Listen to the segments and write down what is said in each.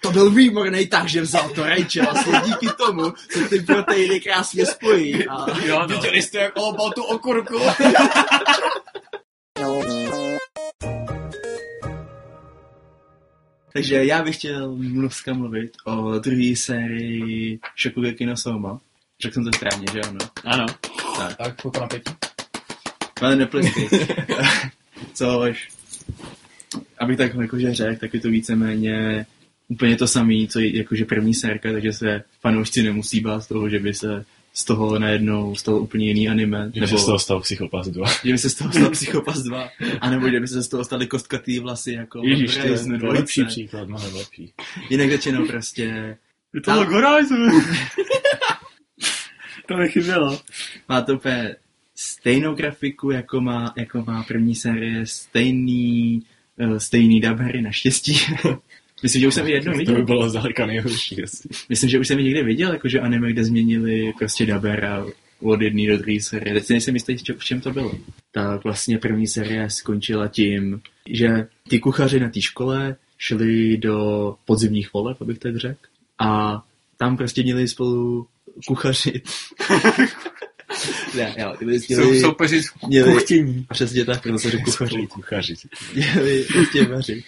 to byl výborný tah, že vzal to rajče. Vlastně díky tomu se ty proteiny krásně spojí. A... Jo, no. Viděli jste, jak olbal tu okurku? Takže já bych chtěl dneska mluvit o druhé sérii Shokugeki no Soma. Řekl jsem to správně, že ano? Ano. tak, chvilku na pěti. Ale nepleskej. Což, abych tak jakože řekl, tak je to víceméně úplně to samé, co je jakože první sérka, takže se fanoušci nemusí bát z toho, že by se z toho najednou stalo úplně jiný anime. Nebo... Že se z toho stal psychopas 2. že by se z toho stal Psychopas 2, anebo že by se z toho staly kostkatý vlasy jako Ježíš, to je, Horizon to je lepší dvojce. příklad, no, mnohem lepší. Jinak řečeno prostě Je to logo Horizon. to mi chybělo. má to úplně stejnou grafiku, jako má, jako má první série, stejný, eh, stejný dabhery, naštěstí. Myslím, že už jsem je jednou To by viděl. bylo zdaleka nejhorší. Jestli. Myslím, že už jsem je někde viděl, jakože anime, kde změnili prostě daber a od jedné do druhé série. Teď si nejsem jistý, v čem- v čem to bylo. Tak vlastně první série skončila tím, že ty kuchaři na té škole šli do podzimních voleb, abych tak řekl. A tam prostě měli spolu kuchaři. ne, jo, měli, Jsou soupeři z měli, kuchtění. Přesně tak, protože kuchaři Spolu kuchaři. dělali prostě vařit.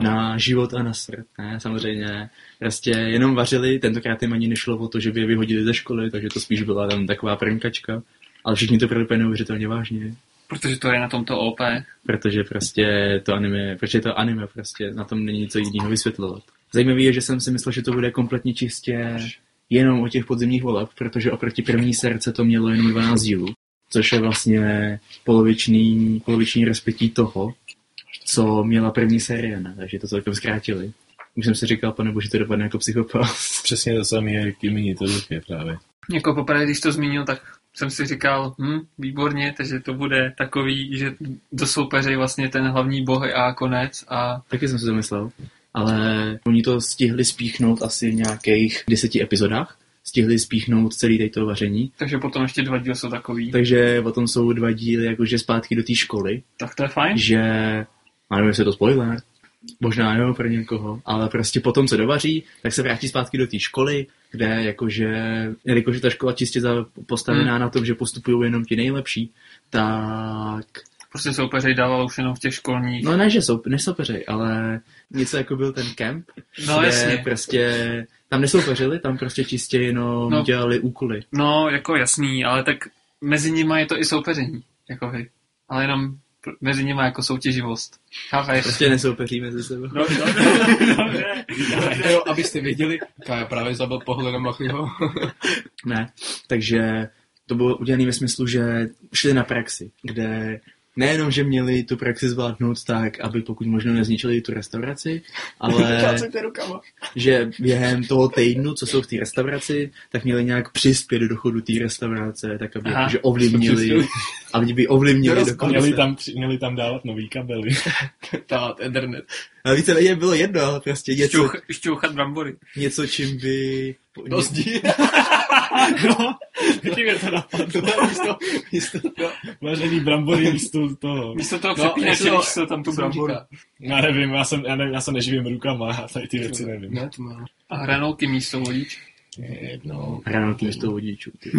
Na život a na srd, ne, samozřejmě. ne. Prostě jenom vařili, tentokrát jim ani nešlo o to, že by je vyhodili ze školy, takže to spíš byla tam taková prnkačka. Ale všichni to brali úplně neuvěřitelně vážně, Protože to je na tomto OP. protože prostě to anime, protože to anime prostě, na tom není co jiného vysvětlovat. Zajímavé je, že jsem si myslel, že to bude kompletně čistě jenom o těch podzimních voleb, protože oproti první srdce to mělo jenom 12 dílů, což je vlastně poloviční, poloviční rozpětí toho, co měla první série, ne? takže to celkem zkrátili. Už jsem si říkal, pane bože, to dopadne jako psychopas. Přesně to samé, jak Kimi to je právě. Jako poprvé, když to zmínil, tak jsem si říkal, hm, výborně, takže to bude takový, že do soupeře vlastně ten hlavní boh a konec a Taky jsem si to myslel. Ale oni to stihli spíchnout asi v nějakých deseti epizodách. Stihli spíchnout celý tady to vaření. takže potom ještě dva díly jsou takový. Tak, Takže o tom jsou dva díly jakože zpátky do té školy, tak to je fajn. že, já nevím, jestli je to spoiler, možná jo pro někoho, ale prostě potom, co dovaří, tak se vrátí zpátky do té školy, kde jakože, jelikož je ta škola čistě za- postavená hmm. na tom, že postupují jenom ti nejlepší, tak, Prostě soupeři dával už jenom v těch školních. no ne, že jsou, nesoupeřej, ale něco jako byl ten kemp, No, kde jasně. prostě, tam nesoupeřili, tam prostě čistě jenom No. no. dělali úkoly. No, jako jasný, ale tak mezi nimi je to i soupeření, jako vy. Ale jenom pr- mezi nimi jako soutěživost. Chápeš? Prostě nesoupeří mezi sebou. No, dobře, dobře. Jo, abyste věděli, Kája právě zabil pohledem Lachliho. Ne, takže to bylo udělané ve smyslu, že šli na praxi, kde nejenom, že měli tu praxi zvládnout tak, aby pokud možno nezničili tu restauraci, ale rukama. že během toho týdnu, co jsou v té restauraci, tak měli nějak přispět do chodu té restaurace, tak aby Aha. jakože ovlivnili, aby by ovlivnili Dorozpadli. dokonce. Měli tam, při- měli tam dávat nový kabely. Tát, Ethernet. A víceméně bylo jedno, ale prostě něco, Šťouch, šťouchat brambory. něco čím by... Do zdi. no, taky mě to napadlo. místo, místo, no, Vařený brambory místo toho. Místo toho No, přepínače, jako- když se tam tu bramboru. Já nevím, já, jsem, já, nevím, já se neživím rukama, já tady ty věci nevím. Ne, No, to má. A hranolky místo vodič. Jedno. Hranolky místo vodičů. ty.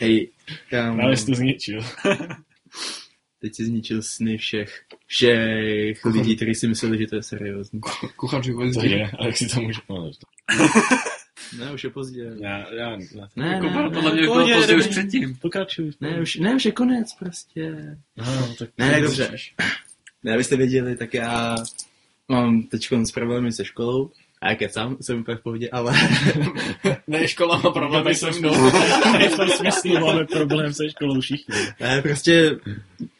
Hej, tam... Ale jsi to zničil. Teď si zničil sny všech, všech lidí, kteří si mysleli, že to je seriózní. Kuchař život To zdi. je, ale jak si to můžu... No, to- Ne, už je pozdě. já, já, já, Ne, Jako, ne, podle ne, mě už pohodě, bylo pozdě už jdeme. předtím. Pokračuj. ne, už, ne, už je konec prostě. Aha, no, tak Ne, ne, dobře. Ne, abyste věděli, tak já mám teď s problémy se školou. A jak kecám, jsem úplně v pohodě, ale Ne, škola má problém, Tady se jsem mnou. no. Tady jsme s tím máme problém se školou všichni. ne, prostě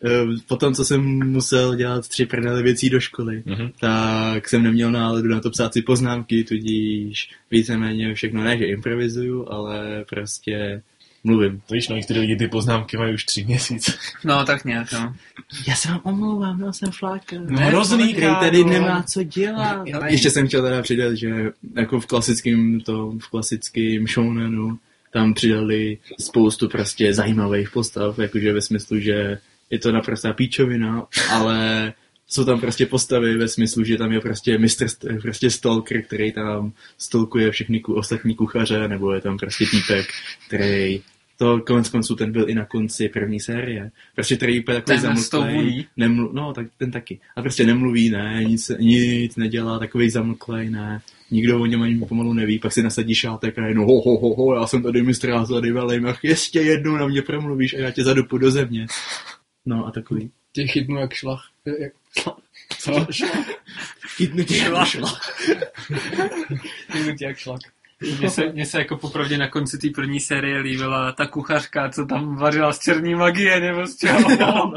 eh, po tom, co jsem musel dělat tři prdele věcí do školy, Mhm. tak jsem neměl náladu na to psát si poznámky, tudíž víceméně všechno ne, že improvizuju, ale prostě mluvím. To víš, no, některé lidi ty poznámky mají už tři měsíce. No, tak nějak, no. Já se vám omlouvám, měl jsem fláka. Ne, Hrozný, který kámo. tady nemá co dělat. Já nevím. Ještě jsem chtěl teda přidat, že jako v klasickém tom, v klasickém shounenu, tam přidali spoustu prostě zajímavých postav, jakože ve smyslu, že je to naprostá píčovina, ale jsou tam prostě postavy ve smyslu, že tam je prostě mistr, st- prostě stalker, který tam stalkuje všechny ku, ostatní kuchaře, nebo je tam prostě týpek, který to konec konců ten byl i na konci první série. Prostě který úplně takový Ten s tou zamlklej, vůní? nemlu, no tak ten taky. A prostě nemluví, ne, nic, nic nedělá, takový zamlklej, ne. Nikdo o něm ani pomalu neví, pak si nasadí šátek a najednou ho, ho, ho, ho, já jsem tady mistr a zlady velím, ach ještě jednou na mě promluvíš a já tě zadupu do země. No a takový. Tě chytnu jak šlach. Jak šlach. Co? Chytnu tě šla. Chytnu tě jak šlach. Mně se, mně se jako popravdě na konci té první série líbila ta kuchařka, co tam vařila z černý magie, nebo z čeho.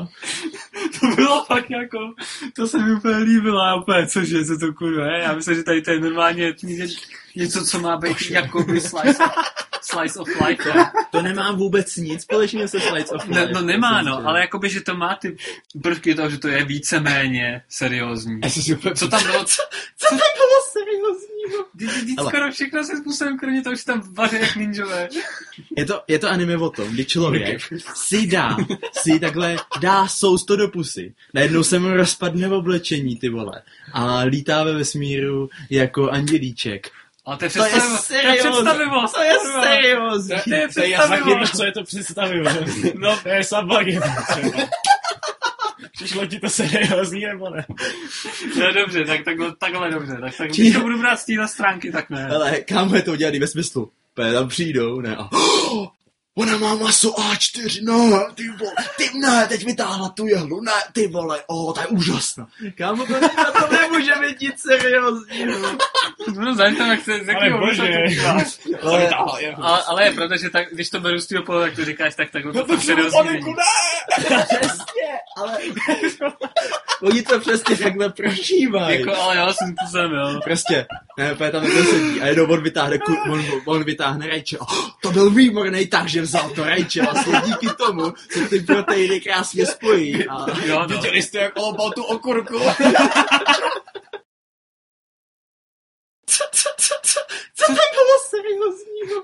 to bylo fakt jako, to se mi úplně líbilo, a úplně, cože, co to kurva je, já myslím, že tady to je normálně ně- něco, co má být jakoby slice of, slice of life. ne? To nemám vůbec nic společného se Slides of Ne, Life. no nemá, no, ale jakoby, že to má ty prvky toho, že to je víceméně seriózní. Já jsem si úplně... Co tam bylo? Co, co tam bylo seriózního? Vždyť Hele. skoro všechno se způsobem, kromě toho, že tam vaří jak ninjové. Je to, je to anime o tom, kdy člověk si dá, si takhle dá sousto do pusy. Najednou se mu rozpadne v oblečení, ty vole. A lítá ve vesmíru jako andělíček. Ale to je To je představivost. To je seriózní. představivost. To je seriózní. kurva. To je To je já fakt jedno, představivost. co je to představivo. No, to je sabagin. Přišlo ti to seriózní nebo ne? No dobře, tak takhle, takhle dobře. Tak, tak, když to budu brát z téhle stránky, tak ne. Ale kámo je to udělaný ve smyslu. Pe, tam přijdou, ne? A... Ona má maso A4, no, ty vole, ty ne, teď vytáhla tu jehlu, ne, ty vole, o, ta je úžasná. Kámo, to, to nemůže být nic seriózního. No zajímavé, jak se z jakého bože. úhlu to díváš. Ale, ale, ale, je pravda, že tak, když to beru z toho pohledu, tak to říkáš, tak takhle to, to seriózní není. Panenku, Přesně, ale oni to přesně takhle prožívají. Jako, ale jo, jsem to sem, jo. Prostě, ne, úplně tam takhle sedí a jednou on vytáhne, ku, on, on vytáhne rajče. Oh, to byl výborný tak, že vzal to rajče. Vlastně díky tomu se ty proteiny krásně spojí. A... jo no. Viděli jste, jak olbal tu okurku? Co, co, co, co, co tam bylo seriózního?